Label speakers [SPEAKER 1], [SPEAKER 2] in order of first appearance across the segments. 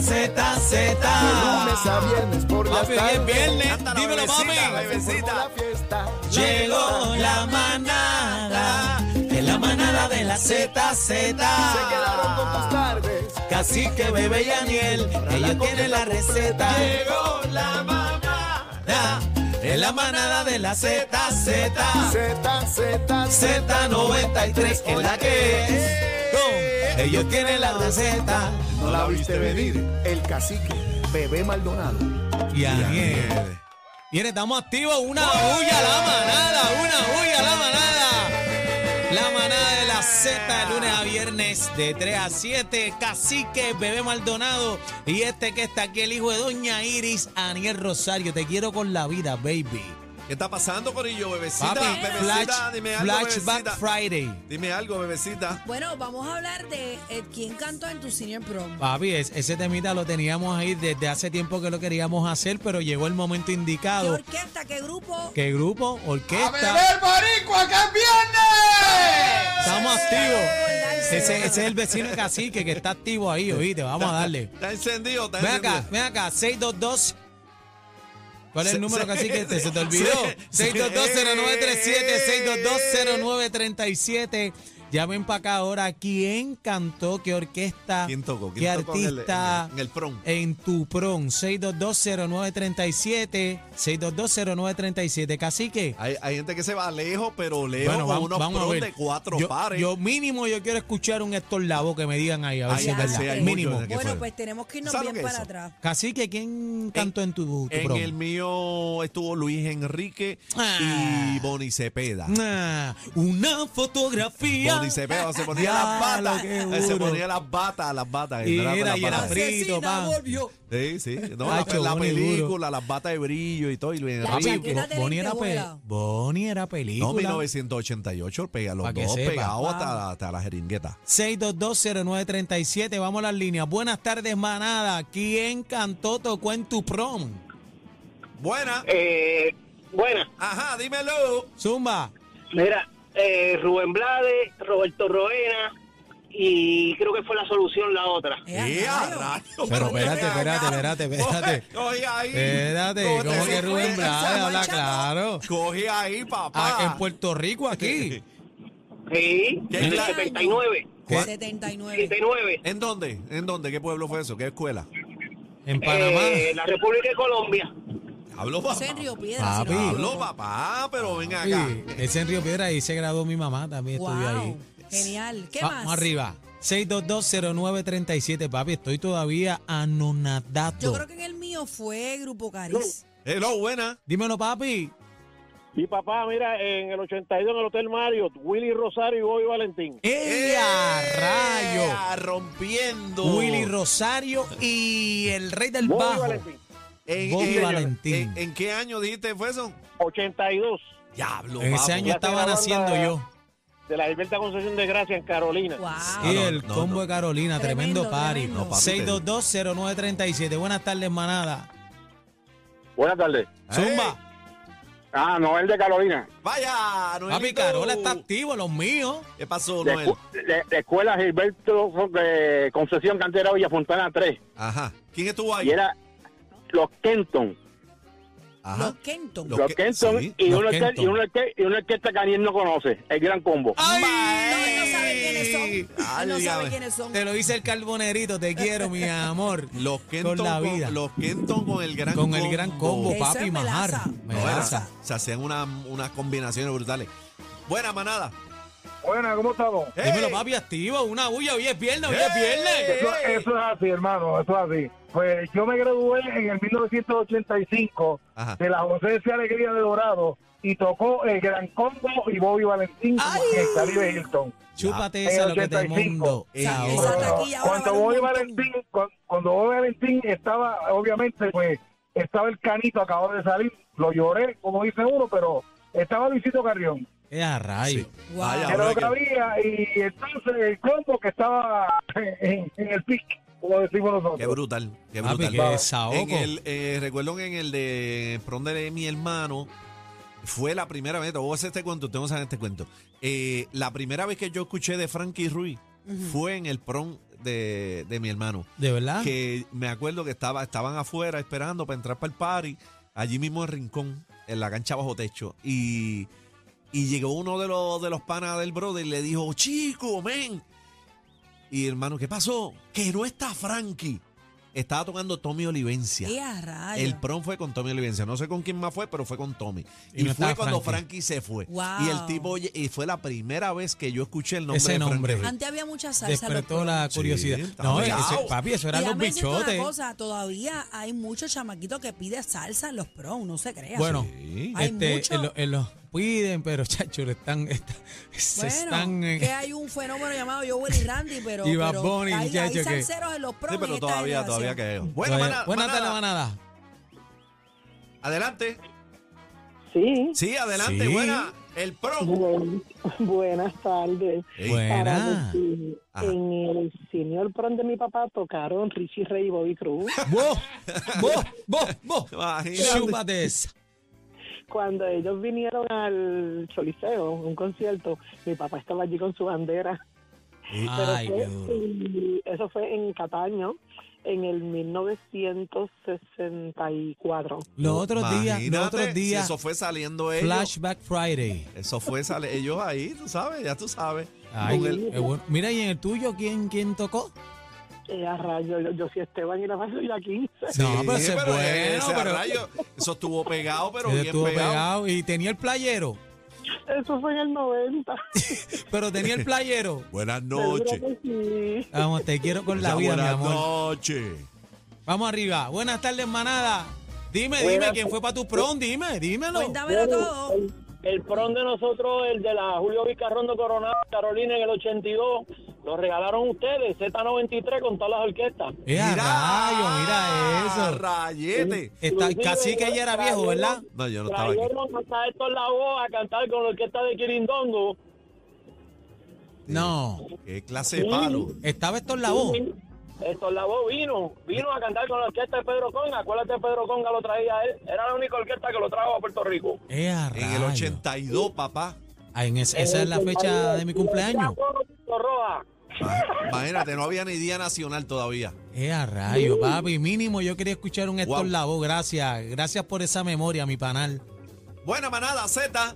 [SPEAKER 1] Z, Z.
[SPEAKER 2] lunes a viernes por la
[SPEAKER 1] Papi, hoy es
[SPEAKER 2] tarde.
[SPEAKER 1] viernes.
[SPEAKER 3] Canta la
[SPEAKER 1] Dímelo,
[SPEAKER 3] bebecita, la
[SPEAKER 1] mami.
[SPEAKER 3] bebecita.
[SPEAKER 2] Por la fiesta.
[SPEAKER 1] Llegó la manada. Es la manada de la Z,
[SPEAKER 2] Se quedaron con tus
[SPEAKER 1] Z.
[SPEAKER 2] tardes.
[SPEAKER 1] Casi que bebe y Aniel. Ellos tienen la receta.
[SPEAKER 2] Llegó
[SPEAKER 1] la manada. Es la manada de la Z, Z.
[SPEAKER 2] Z, Z,
[SPEAKER 1] Z93 es la que es. Go. Ellos tienen la receta.
[SPEAKER 2] No la viste venir. El cacique, bebé Maldonado.
[SPEAKER 1] Y Aniel.
[SPEAKER 3] Eh,
[SPEAKER 1] Bien, estamos activos. Una bulla a la manada. Una bulla a la manada. La manada de la Z de lunes a viernes de 3 a 7. Cacique, bebé Maldonado. Y este que está aquí, el hijo de Doña Iris, Aniel Rosario. Te quiero con la vida, baby.
[SPEAKER 3] ¿Qué está pasando, Corillo, bebecita?
[SPEAKER 1] Papi,
[SPEAKER 3] bebecita,
[SPEAKER 1] Flash-
[SPEAKER 3] dime algo,
[SPEAKER 1] Flashback
[SPEAKER 3] bebecita.
[SPEAKER 1] Friday.
[SPEAKER 3] Dime algo, bebecita.
[SPEAKER 4] Bueno, vamos a hablar de eh, quién cantó en tu senior prom.
[SPEAKER 1] Papi, es- ese temita lo teníamos ahí desde hace tiempo que lo queríamos hacer, pero llegó el momento
[SPEAKER 4] ¿Qué
[SPEAKER 1] indicado.
[SPEAKER 4] orquesta, qué grupo?
[SPEAKER 1] ¿Qué grupo?
[SPEAKER 5] ¡A
[SPEAKER 1] ¿Orquesta?
[SPEAKER 5] beber, boricua, que es viernes!
[SPEAKER 1] Estamos activos.
[SPEAKER 4] Sí.
[SPEAKER 1] Ese, ese es el vecino de Cacique que está activo ahí, oíste. Vamos a darle.
[SPEAKER 3] ¿Está encendido? ¿Está
[SPEAKER 1] Ven
[SPEAKER 3] encendido?
[SPEAKER 1] acá, ven acá, 622. ¿Cuál es el
[SPEAKER 3] Se-
[SPEAKER 1] número,
[SPEAKER 3] se-
[SPEAKER 1] Cacique? Te- ¿Se te
[SPEAKER 3] se-
[SPEAKER 1] olvidó?
[SPEAKER 3] se-
[SPEAKER 1] 622-0937, 622-0937. Llamen para acá ahora. ¿Quién cantó? ¿Qué orquesta?
[SPEAKER 3] ¿Quién tocó?
[SPEAKER 1] ¿Qué
[SPEAKER 3] ¿Quién tocó en el-
[SPEAKER 1] artista?
[SPEAKER 3] en el- en el prom?
[SPEAKER 1] En tu prom. 622-0937. 622-0937. Cacique.
[SPEAKER 3] Hay, hay gente que se va lejos, pero lejos
[SPEAKER 1] Bueno,
[SPEAKER 3] con
[SPEAKER 1] vamos,
[SPEAKER 3] unos
[SPEAKER 1] vamos a
[SPEAKER 3] pros
[SPEAKER 1] ver.
[SPEAKER 3] de cuatro
[SPEAKER 1] yo,
[SPEAKER 3] pares.
[SPEAKER 1] yo mínimo yo quiero escuchar un Héctor Lavo que me digan ahí, a ver
[SPEAKER 3] Ay,
[SPEAKER 1] si es
[SPEAKER 4] ya
[SPEAKER 1] verdad.
[SPEAKER 4] sé, hay
[SPEAKER 1] mínimo.
[SPEAKER 3] muchos de ¿Qué
[SPEAKER 4] Bueno,
[SPEAKER 3] fue?
[SPEAKER 4] pues tenemos que irnos
[SPEAKER 3] ¿Sabes
[SPEAKER 4] bien
[SPEAKER 3] lo que
[SPEAKER 4] para
[SPEAKER 3] es?
[SPEAKER 4] atrás.
[SPEAKER 1] Cacique, ¿quién cantó en, tu, tu
[SPEAKER 3] en
[SPEAKER 1] prom?
[SPEAKER 3] el mío estuvo Luis Enrique
[SPEAKER 1] Ah.
[SPEAKER 3] y Bonnie Cepeda.
[SPEAKER 1] Ah, una fotografía.
[SPEAKER 3] Bonnie Cepeda se ponía
[SPEAKER 1] Ya,
[SPEAKER 3] las batas.
[SPEAKER 1] lo que
[SPEAKER 3] eh, Se
[SPEAKER 1] juro.
[SPEAKER 3] ponía las batas, las batas.
[SPEAKER 1] Y
[SPEAKER 3] era de
[SPEAKER 1] era-
[SPEAKER 3] las
[SPEAKER 1] y era
[SPEAKER 3] batas.
[SPEAKER 1] frío. frito, pa.
[SPEAKER 4] volvió.
[SPEAKER 3] Sí, sí. No, la-
[SPEAKER 1] Hacho,
[SPEAKER 3] la,
[SPEAKER 1] Bonnie,
[SPEAKER 3] película, las batas de brillo y todo. Y Luis
[SPEAKER 4] La
[SPEAKER 3] Enrique.
[SPEAKER 1] Papi,
[SPEAKER 4] chaqueta de
[SPEAKER 1] Bonnie era, pe
[SPEAKER 4] lentejuela.
[SPEAKER 1] Bonnie era
[SPEAKER 3] No,
[SPEAKER 1] película.
[SPEAKER 3] 1988, pega los
[SPEAKER 1] Pa' que
[SPEAKER 3] dos
[SPEAKER 1] sepa.
[SPEAKER 3] pegados hasta, hasta la jeringueta.
[SPEAKER 1] 6220937, vamos a las líneas. Buenas tardes, manada. ¿Quién cantó, tocó en tu prom?
[SPEAKER 3] Buena.
[SPEAKER 6] Eh, buena,
[SPEAKER 3] Ajá, dímelo.
[SPEAKER 1] Zumba.
[SPEAKER 6] mira, eh, Rubén Blades, Roberto Roena y creo que fue la solución la otra.
[SPEAKER 3] ¡Eh, a rayos!
[SPEAKER 1] Pero espérate,
[SPEAKER 3] ven
[SPEAKER 1] espérate,
[SPEAKER 3] acá.
[SPEAKER 1] espérate, espérate.
[SPEAKER 3] Coge- Coge ahí.
[SPEAKER 1] Espérate,
[SPEAKER 3] Coge-
[SPEAKER 1] como que Rubén
[SPEAKER 3] coge-
[SPEAKER 1] Blades habla
[SPEAKER 4] manchando.
[SPEAKER 1] claro.
[SPEAKER 3] Coge ahí, papá.
[SPEAKER 1] Ah, en Puerto Rico, aquí.
[SPEAKER 6] Sí,
[SPEAKER 3] ¿Qué
[SPEAKER 6] en el
[SPEAKER 3] claro.
[SPEAKER 6] 79.
[SPEAKER 3] ¿Cuál?
[SPEAKER 4] 79.
[SPEAKER 6] 79.
[SPEAKER 3] ¿En dónde? ¿En dónde? ¿Qué pueblo fue eso? ¿Qué escuela?
[SPEAKER 1] En Panamá.
[SPEAKER 6] Eh, la República de Colombia.
[SPEAKER 3] Hablo papá.
[SPEAKER 4] José en Río Piedra.
[SPEAKER 1] Papi.
[SPEAKER 4] si no me
[SPEAKER 3] Hablo
[SPEAKER 4] equivoco.
[SPEAKER 3] papá, pero ven
[SPEAKER 1] Ah, Sí,
[SPEAKER 3] acá.
[SPEAKER 1] es en Río Piedra y se graduó mi mamá, también estudió ahí.
[SPEAKER 4] Wow, genial. ¿Qué
[SPEAKER 1] Vamos
[SPEAKER 4] más?
[SPEAKER 1] arriba. 6220937, papi, estoy todavía anonadado.
[SPEAKER 4] Yo creo que en el mío fue Grupo Caris.
[SPEAKER 3] Hello, buena.
[SPEAKER 1] Dímelo, papi.
[SPEAKER 7] Y papá, mira, en el 82 en el Hotel Mario, Willy Rosario y Bobby
[SPEAKER 4] ¡Eh!
[SPEAKER 7] Valentín.
[SPEAKER 1] ¡Ella, rayo!
[SPEAKER 3] ¡Ea, Rompiendo.
[SPEAKER 1] Willy Rosario y el rey del
[SPEAKER 7] Bobby
[SPEAKER 1] bajo.
[SPEAKER 7] Valentín,
[SPEAKER 3] En-
[SPEAKER 1] Bobby
[SPEAKER 3] en-
[SPEAKER 1] Valentín.
[SPEAKER 3] En, en qué año dijiste fue eso?
[SPEAKER 7] 82,
[SPEAKER 3] Diablo,
[SPEAKER 1] En ese
[SPEAKER 3] papo.
[SPEAKER 1] año
[SPEAKER 7] Ya
[SPEAKER 1] estaba
[SPEAKER 7] se graduó
[SPEAKER 1] naciendo
[SPEAKER 7] la-
[SPEAKER 1] yo.
[SPEAKER 7] de la Gilberta Concepción de Gracia en Carolina.
[SPEAKER 4] Wow.
[SPEAKER 1] Y
[SPEAKER 3] Ah, no,
[SPEAKER 1] el
[SPEAKER 3] no,
[SPEAKER 1] combo
[SPEAKER 3] no.
[SPEAKER 1] de Carolina, tremendo,
[SPEAKER 4] Tremendo,
[SPEAKER 1] party.
[SPEAKER 4] tremendo. No,
[SPEAKER 3] papi, te-
[SPEAKER 1] 6220937, buenas tardes, manada.
[SPEAKER 7] Buenas tardes.
[SPEAKER 1] Zumba.
[SPEAKER 7] Ah, Noel de Carolina.
[SPEAKER 3] Vaya, Noelito.
[SPEAKER 1] papi, Carola está activo, los míos.
[SPEAKER 3] ¿Qué pasó, Noel?
[SPEAKER 7] escuela Gilberto de Concepción Cantera Villa Fontana 3.
[SPEAKER 3] Ajá. ¿Quién estuvo ahí?
[SPEAKER 7] era los Kenton.
[SPEAKER 3] Ajá.
[SPEAKER 4] Los Kenton.
[SPEAKER 3] Los Los Kenton Kenton. sí.
[SPEAKER 7] y,
[SPEAKER 1] Los una orque- Kenton. y una
[SPEAKER 7] orquesta que no conoce. El gran combo.
[SPEAKER 3] Ah,
[SPEAKER 1] ¡Ay!
[SPEAKER 4] No, él no sabe quiénes son.
[SPEAKER 3] Ay,
[SPEAKER 4] Él no sabe
[SPEAKER 3] dígame.
[SPEAKER 4] quiénes son.
[SPEAKER 1] Te lo dice el carbonerito, te quiero, mi amor.
[SPEAKER 3] Los Kenton
[SPEAKER 1] Con
[SPEAKER 3] con,
[SPEAKER 1] la vida.
[SPEAKER 3] los Kenton con el gran
[SPEAKER 1] Con el gran combo,
[SPEAKER 4] Eso es
[SPEAKER 1] papi,
[SPEAKER 4] melaza.
[SPEAKER 1] majar.
[SPEAKER 3] No, era-
[SPEAKER 1] Melaza.
[SPEAKER 3] se hacían una- unas combinaciones brutales. Buena manada.
[SPEAKER 5] Buena, ¿cómo estamos?
[SPEAKER 1] Dímelo,
[SPEAKER 3] ¡Ey!
[SPEAKER 1] papi, activo. Una bulla, hoy es viernes, hoy es viernes.
[SPEAKER 5] Eso, eso es así, hermano, eso es así. Pues yo me gradué en el 1985
[SPEAKER 3] Ajá.
[SPEAKER 5] de la José de Alegría de Dorado y tocó el Gran Combo y Bobby Valentín
[SPEAKER 1] Ay.
[SPEAKER 5] en Caribe Hilton.
[SPEAKER 1] Chúpate
[SPEAKER 5] En
[SPEAKER 1] esa lo que te
[SPEAKER 5] 85.
[SPEAKER 1] mundo.
[SPEAKER 3] En
[SPEAKER 1] Ahora.
[SPEAKER 4] Esa
[SPEAKER 5] Bueno,
[SPEAKER 4] taquilla ahora
[SPEAKER 5] cuando
[SPEAKER 4] vale un
[SPEAKER 5] Bobby
[SPEAKER 4] montón.
[SPEAKER 5] Valentín, cuando, cuando Bobby Valentín estaba, obviamente, pues estaba el canito, acababa de salir, lo lloré, como dice uno, pero estaba Luisito Carrión.
[SPEAKER 1] Eh, a rayo.
[SPEAKER 4] Wow.
[SPEAKER 3] Vaya,
[SPEAKER 5] que
[SPEAKER 3] ahora
[SPEAKER 5] era lo que
[SPEAKER 3] que-
[SPEAKER 5] había, y entonces el combo que estaba en, en el pic, como decimos nosotros.
[SPEAKER 3] Qué brutal, qué
[SPEAKER 1] Papi,
[SPEAKER 3] brutal.
[SPEAKER 1] qué desahogo.
[SPEAKER 3] En el, eh, recuerdo que en el de Prom de mi hermano, fue la primera vez, te voy a hacer este cuento, ustedes no saben este cuento. Eh, la primera vez que yo escuché de Frankie Ruiz fue en el prom de, de mi hermano.
[SPEAKER 1] ¿De verdad?
[SPEAKER 3] Que me acuerdo que estaba, estaban afuera esperando para entrar para el party, allí mismo en Rincón, en la cancha bajo techo. Y, y llegó uno de los, de los panas del brother y le dijo, chico, men. Y hermano, ¿qué pasó? Que no está Frankie. Estaba tocando Tommy Olivencia.
[SPEAKER 4] Y a rayos.
[SPEAKER 3] El prom fue con Tommy Olivencia. No sé con quién más fue, pero fue con Tommy.
[SPEAKER 1] Y
[SPEAKER 3] Y,
[SPEAKER 1] no estaba
[SPEAKER 3] fue cuando
[SPEAKER 1] Frankie.
[SPEAKER 3] Frankie se fue.
[SPEAKER 4] Wow.
[SPEAKER 3] Y el tipo, oye, y fue la primera vez que yo escuché el nombre
[SPEAKER 1] Ese
[SPEAKER 3] de Frankie
[SPEAKER 1] nombre.
[SPEAKER 3] Ruiz.
[SPEAKER 4] Antes había mucha salsa.
[SPEAKER 1] Despertó la
[SPEAKER 3] Sí,
[SPEAKER 1] curiosidad.
[SPEAKER 3] está
[SPEAKER 1] no,
[SPEAKER 3] pegado.
[SPEAKER 1] eso- papi, eso eran los bichotes.
[SPEAKER 4] Una cosa, todavía hay muchos chamaquitos que piden salsa en los pros, no se crean.
[SPEAKER 1] Bueno,
[SPEAKER 3] Sí.
[SPEAKER 4] Hay
[SPEAKER 1] este,
[SPEAKER 4] mucho.
[SPEAKER 1] en lo- en los piden, pero chacho, le están, está- se
[SPEAKER 4] Bueno,
[SPEAKER 1] están. eh,
[SPEAKER 4] que hay un fenómeno llamado Yo Willy Randy, pero.
[SPEAKER 1] Y Bad
[SPEAKER 4] pero
[SPEAKER 1] Bunny,
[SPEAKER 4] hay, hay
[SPEAKER 1] muchacho, que-
[SPEAKER 4] salseros en los pros.
[SPEAKER 3] Sí,
[SPEAKER 4] en
[SPEAKER 3] pero
[SPEAKER 4] esta
[SPEAKER 3] todavía,
[SPEAKER 4] generación.
[SPEAKER 3] todavía que Bueno,
[SPEAKER 1] todavía-
[SPEAKER 3] mana-
[SPEAKER 1] buenas
[SPEAKER 3] manada,
[SPEAKER 1] tardes, manada.
[SPEAKER 3] Adelante.
[SPEAKER 8] Sí,
[SPEAKER 3] Sí, adelante,
[SPEAKER 1] Sí.
[SPEAKER 3] buena. El pro.
[SPEAKER 8] buen- buenas tardes.
[SPEAKER 3] Ey,
[SPEAKER 1] Buena.
[SPEAKER 8] Para decir,
[SPEAKER 3] Ajá.
[SPEAKER 8] en el senior prom de mi papá tocaron Richie Rey y Bobby Cruz.
[SPEAKER 1] Vos, vos, vos, vos.
[SPEAKER 3] imagínate.
[SPEAKER 1] Chúpate esa.
[SPEAKER 8] Cuando ellos vinieron al Choliseo, un concierto, mi papá estaba allí con su bandera. Pero
[SPEAKER 1] Ay,
[SPEAKER 8] fue
[SPEAKER 1] qué duro.
[SPEAKER 8] en- eso fue en Cataño, en el 1964.
[SPEAKER 1] Los otros días, los
[SPEAKER 3] Imagínate
[SPEAKER 1] otros
[SPEAKER 3] si
[SPEAKER 1] días,
[SPEAKER 3] eso fue saliendo ellos.
[SPEAKER 1] Flashback Friday.
[SPEAKER 3] Eso fue sale ellos ahí, tú sabes, ya tú sabes.
[SPEAKER 1] Ay,
[SPEAKER 3] Con el-
[SPEAKER 1] qué bueno. Mira, y en el tuyo, ¿quién, quién tocó?
[SPEAKER 8] Eh, a rayo, yo, yo soy Esteban y la y la 15.
[SPEAKER 1] no, pero
[SPEAKER 3] Sí,
[SPEAKER 1] ese es bueno,
[SPEAKER 3] ese
[SPEAKER 1] pero-
[SPEAKER 3] rayo, eso estuvo pegado, pero
[SPEAKER 1] Ese
[SPEAKER 3] bien
[SPEAKER 1] estuvo
[SPEAKER 3] pegado.
[SPEAKER 1] pegado y tenía el playero,
[SPEAKER 8] Eso fue en el 90.
[SPEAKER 1] pero tenía el playero.
[SPEAKER 3] Buenas
[SPEAKER 8] Seguro
[SPEAKER 3] noches.
[SPEAKER 8] que sí.
[SPEAKER 1] Vamos, te quiero con la
[SPEAKER 3] Ya,
[SPEAKER 1] vida, mi
[SPEAKER 3] buenas
[SPEAKER 1] amor.
[SPEAKER 3] noches.
[SPEAKER 1] Vamos arriba. Buenas tardes, manada. Dime, dime,
[SPEAKER 7] Buenas.
[SPEAKER 1] ¿quién fue para tu prom? Dime, dímelo.
[SPEAKER 4] Cuéntamelo todo.
[SPEAKER 7] El, el prom de nosotros, el de la Julio Vicarrondo Coronado, Carolina en el 82, lo regalaron ustedes, Z93 con todas las orquestas.
[SPEAKER 1] Mira, rayo, mira eso.
[SPEAKER 3] Rayete.
[SPEAKER 1] Está,
[SPEAKER 7] Inclusive,
[SPEAKER 1] casi que ella era viejo, ¿verdad?
[SPEAKER 3] No, yo no estaba aquí.
[SPEAKER 7] Trajeron hasta Héctor Lavoe a cantar con la orquesta de Quirindongo.
[SPEAKER 1] No.
[SPEAKER 3] Qué clase de palo.
[SPEAKER 1] Estaba esto en la voz.
[SPEAKER 7] Héctor Lavoe vino, vino a cantar con la orquesta de Pedro Conga. Acuérdate, Pedro Conga lo traía a él. Era la única orquesta que lo trajo a Puerto Rico.
[SPEAKER 3] En el 82, papá.
[SPEAKER 1] Ah, esa es la fecha de mi cumpleaños.
[SPEAKER 7] Roja.
[SPEAKER 3] Imagínate, no había ni día nacional todavía.
[SPEAKER 1] Eh, a rayo, papi. Mínimo yo quería escuchar un Héctor
[SPEAKER 3] Wow.
[SPEAKER 1] Lavoe. Gracias. Gracias por esa memoria, mi panal.
[SPEAKER 3] Buena manada, Z.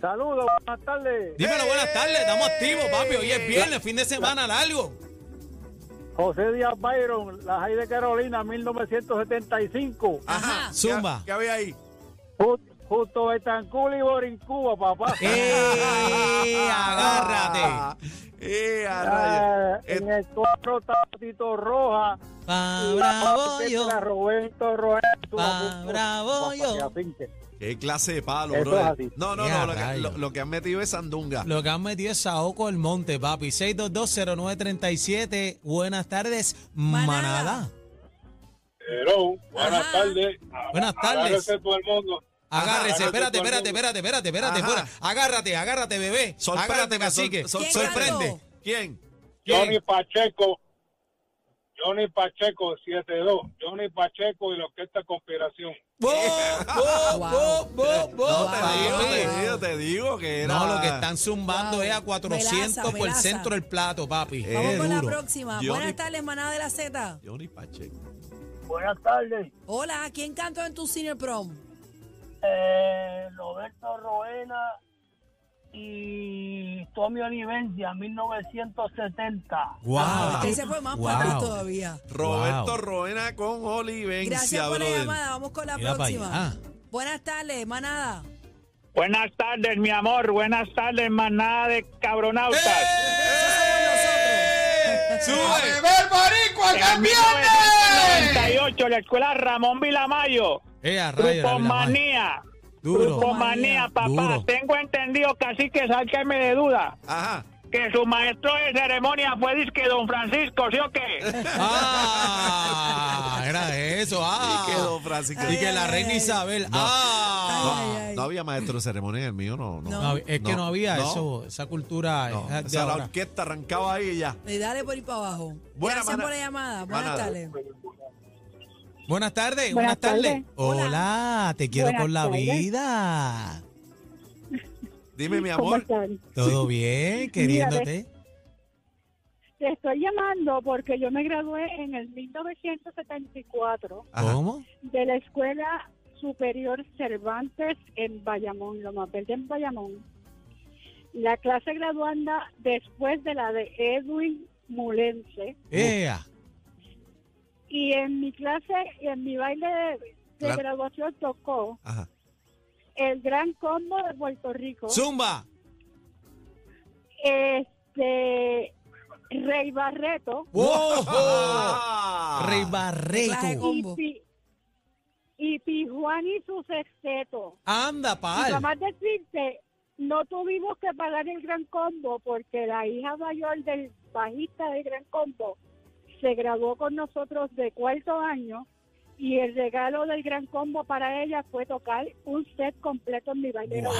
[SPEAKER 7] Saludos, buenas tardes.
[SPEAKER 1] Dímelo, buenas tardes. Estamos activos, papi. Hoy es viernes, fin de semana largo.
[SPEAKER 7] José Díaz Byron, la Jai de Carolina, 1975.
[SPEAKER 3] Ajá.
[SPEAKER 1] Zumba.
[SPEAKER 3] ¿Qué, qué había ahí?
[SPEAKER 7] Justo Betancur y Borincuba, papá.
[SPEAKER 1] ¡Eh! Agárrate.
[SPEAKER 3] ¡Eh, a
[SPEAKER 7] Ah,
[SPEAKER 3] rayos!
[SPEAKER 7] en
[SPEAKER 3] Eh,
[SPEAKER 7] el cuatro está Tito Roja
[SPEAKER 1] Pa,
[SPEAKER 7] y la
[SPEAKER 1] bravo
[SPEAKER 7] orquesta
[SPEAKER 1] yo.
[SPEAKER 7] de Roberto Rojas.
[SPEAKER 1] Pa, bravo yo.
[SPEAKER 3] ¡Qué clase de palo,
[SPEAKER 7] Eso
[SPEAKER 3] bro!
[SPEAKER 7] es así.
[SPEAKER 3] No, no,
[SPEAKER 1] Eh, a
[SPEAKER 3] no. Lo que,
[SPEAKER 1] rayos.
[SPEAKER 3] lo- lo que han metido es sandunga.
[SPEAKER 1] Lo que han metido es Saoco el Monte, papi. 6220937. Buenas tardes, manada.
[SPEAKER 4] Manada.
[SPEAKER 7] Hello,
[SPEAKER 4] buenas Ajá. tardes.
[SPEAKER 1] Buenas tardes. Agárrese
[SPEAKER 7] todo el mundo.
[SPEAKER 1] Agárrese,
[SPEAKER 7] Agárrate,
[SPEAKER 1] espérate,
[SPEAKER 7] todo el
[SPEAKER 1] espérate, espérate, espérate, espérate.
[SPEAKER 3] Ajá.
[SPEAKER 1] fuera. Agárrate, agárrate, bebé. Agárrate,
[SPEAKER 3] Sorpréndeme, sor-
[SPEAKER 1] cacique.
[SPEAKER 3] sor-
[SPEAKER 4] ¿Quién
[SPEAKER 3] sorprende.
[SPEAKER 4] ganó?
[SPEAKER 3] ¿Quién?
[SPEAKER 1] Johnny
[SPEAKER 7] Pacheco. Johnny Pacheco, 7-2. Johnny Pacheco y la Orquesta Conspiración.
[SPEAKER 1] ¡Bo, bo,
[SPEAKER 4] Wow.
[SPEAKER 1] bo, bo, bo,
[SPEAKER 3] No, te
[SPEAKER 1] papi!
[SPEAKER 3] digo, te digo, te digo que era.
[SPEAKER 1] No, lo que están zumbando
[SPEAKER 4] Wow.
[SPEAKER 1] es a 400
[SPEAKER 4] Melaza,
[SPEAKER 1] por el
[SPEAKER 4] melaza.
[SPEAKER 1] centro del plato, papi.
[SPEAKER 3] Eh,
[SPEAKER 4] Vamos
[SPEAKER 1] Qué
[SPEAKER 4] con la
[SPEAKER 1] duro.
[SPEAKER 4] próxima.
[SPEAKER 3] Johnny-
[SPEAKER 4] Buenas tardes, manada de la Z.
[SPEAKER 3] Johnny Pacheco.
[SPEAKER 5] Pues,
[SPEAKER 7] Buenas tardes.
[SPEAKER 4] Hola, ¿quién cantó en tu senior prom?
[SPEAKER 8] Eh, Roberto Roena y Tommy Olivencia, 1970.
[SPEAKER 1] Wow.
[SPEAKER 4] Ese Este fue más
[SPEAKER 1] Ah, Wow.
[SPEAKER 4] para atrás todavía.
[SPEAKER 3] Roberto
[SPEAKER 1] Wow.
[SPEAKER 3] Roena con Olivencia,
[SPEAKER 4] Gracias por la
[SPEAKER 3] brother.
[SPEAKER 4] llamada. Vamos con la
[SPEAKER 1] Mira pa' Ah.
[SPEAKER 4] próxima.
[SPEAKER 1] allá.
[SPEAKER 4] Buenas tardes, manada.
[SPEAKER 7] Buenas tardes, mi amor. Buenas tardes, manada de cabronautas.
[SPEAKER 3] ¡Eh,
[SPEAKER 1] ¡Eh! ¡Sube!
[SPEAKER 7] En 1998, la escuela Ramón Vilamayo,
[SPEAKER 1] Eh, a rayo, la
[SPEAKER 7] Grupo
[SPEAKER 1] vida, man.
[SPEAKER 7] Manía,
[SPEAKER 1] Duro.
[SPEAKER 7] Grupo Manía, papá.
[SPEAKER 1] Duro.
[SPEAKER 7] Tengo entendido, casi que sáqueme de duda,
[SPEAKER 3] Ajá.
[SPEAKER 7] que su maestro de ceremonia fue disque Don Francisco, ¿sí o qué?
[SPEAKER 1] Ah, era eso. Ah.
[SPEAKER 3] Y que don Francisco.
[SPEAKER 1] Y que la reina Isabel. Ah.
[SPEAKER 4] Ay, ay, ay.
[SPEAKER 3] No había maestro de ceremonia en el mío, no. no.
[SPEAKER 4] No.
[SPEAKER 1] No, hab- es que no había
[SPEAKER 3] no,
[SPEAKER 1] eso, esa cultura
[SPEAKER 3] no.
[SPEAKER 1] esa de
[SPEAKER 3] O sea, la
[SPEAKER 1] ahora.
[SPEAKER 3] orquesta arrancaba ahí y ya.
[SPEAKER 4] Eh, Dale por ir para abajo.
[SPEAKER 3] Buena
[SPEAKER 4] Gracias
[SPEAKER 3] mana-
[SPEAKER 4] por la llamada. Buenas
[SPEAKER 3] manada.
[SPEAKER 4] tardes.
[SPEAKER 1] Buenas tardes, buenas,
[SPEAKER 8] Buenas
[SPEAKER 1] tardes.
[SPEAKER 8] tardes.
[SPEAKER 1] Hola, te quiero
[SPEAKER 8] Buenas
[SPEAKER 1] con la
[SPEAKER 8] tardes.
[SPEAKER 1] vida.
[SPEAKER 3] Dime, mi
[SPEAKER 8] ¿Cómo
[SPEAKER 3] amor.
[SPEAKER 8] están?
[SPEAKER 1] Todo bien, queriéndote.
[SPEAKER 9] Te estoy llamando porque yo me gradué en el 1974
[SPEAKER 3] Ajá. Uh.
[SPEAKER 1] ¿Cómo?
[SPEAKER 9] de la Escuela Superior Cervantes en Bayamón, lo más verde en Bayamón. La clase graduanda después de la de Edwin Mulense.
[SPEAKER 1] ¡Ea!
[SPEAKER 9] Y en mi clase, y en mi baile de, de
[SPEAKER 3] La-
[SPEAKER 9] graduación tocó
[SPEAKER 3] Ajá.
[SPEAKER 9] el gran combo de Puerto Rico.
[SPEAKER 1] ¡Zumba!
[SPEAKER 9] este Rey Barreto
[SPEAKER 1] ¡Wow!
[SPEAKER 3] Ah.
[SPEAKER 1] Rey
[SPEAKER 4] Clase
[SPEAKER 1] Barreto.
[SPEAKER 4] con-
[SPEAKER 9] y,
[SPEAKER 4] Combo.
[SPEAKER 9] Pi- y Pijuan y su sexteto.
[SPEAKER 1] Anda,
[SPEAKER 9] Y para
[SPEAKER 1] pal.
[SPEAKER 9] más decirte, no tuvimos que pagar el gran combo porque la hija mayor del bajista del gran combo se graduó con nosotros de cuarto año y el regalo del gran combo para ella fue tocar un set completo en mi baile.
[SPEAKER 1] ¡Wow!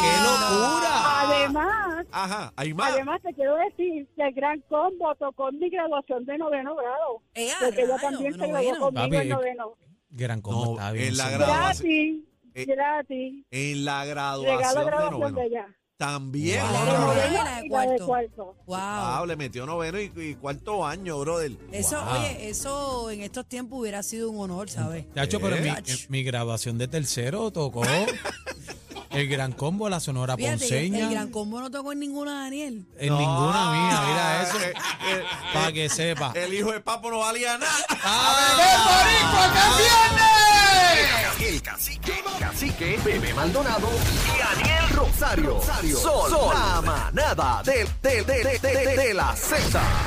[SPEAKER 1] ¡Qué
[SPEAKER 3] Ah.
[SPEAKER 1] locura!
[SPEAKER 9] Además,
[SPEAKER 3] Ajá, hay más.
[SPEAKER 9] Además, te quiero decir que el gran combo tocó en mi graduación de noveno grado.
[SPEAKER 4] Eh, a
[SPEAKER 9] Porque ella
[SPEAKER 4] rayos,
[SPEAKER 9] también
[SPEAKER 4] de
[SPEAKER 9] se graduó
[SPEAKER 4] noveno.
[SPEAKER 9] conmigo
[SPEAKER 1] Papi,
[SPEAKER 9] en
[SPEAKER 1] eh,
[SPEAKER 9] noveno.
[SPEAKER 1] Gran
[SPEAKER 3] No,
[SPEAKER 1] combo, está bien.
[SPEAKER 3] en la
[SPEAKER 1] zumba.
[SPEAKER 3] graba-
[SPEAKER 9] Gratis,
[SPEAKER 3] eh,
[SPEAKER 9] gratis.
[SPEAKER 3] En la
[SPEAKER 9] Llegado
[SPEAKER 3] graduación
[SPEAKER 9] a
[SPEAKER 3] de
[SPEAKER 9] graduación
[SPEAKER 3] noveno.
[SPEAKER 9] de ella.
[SPEAKER 3] También
[SPEAKER 1] Wow.
[SPEAKER 3] otro
[SPEAKER 9] De
[SPEAKER 4] Ah,
[SPEAKER 3] noveno.
[SPEAKER 9] noveno
[SPEAKER 4] la de
[SPEAKER 9] y la de
[SPEAKER 4] cuarto.
[SPEAKER 9] cuarto.
[SPEAKER 4] Wow.
[SPEAKER 3] Ah, le metió noveno y, y cuarto año, brother.
[SPEAKER 4] Eso,
[SPEAKER 1] Wow.
[SPEAKER 4] oye, eso en estos tiempos hubiera sido un honor, ¿sabes?
[SPEAKER 1] Chacho, pero en mi,
[SPEAKER 4] Chacho.
[SPEAKER 1] en mi graduación de tercero tocó el gran combo, la Sonora
[SPEAKER 4] Fíjate, el,
[SPEAKER 1] Ponceña.
[SPEAKER 4] el gran combo no tocó en ninguna, Daniel.
[SPEAKER 1] En
[SPEAKER 3] No,
[SPEAKER 1] ninguna mía, mira eso.
[SPEAKER 3] eh, eh,
[SPEAKER 1] Para que sepa.
[SPEAKER 3] El hijo de papo no valía nada.
[SPEAKER 1] Ah.
[SPEAKER 2] El cacique, cacique, bebé Maldonado y Daniel Rosario. Rosario. Sol, la manada de, de, de, de, de, de la Z.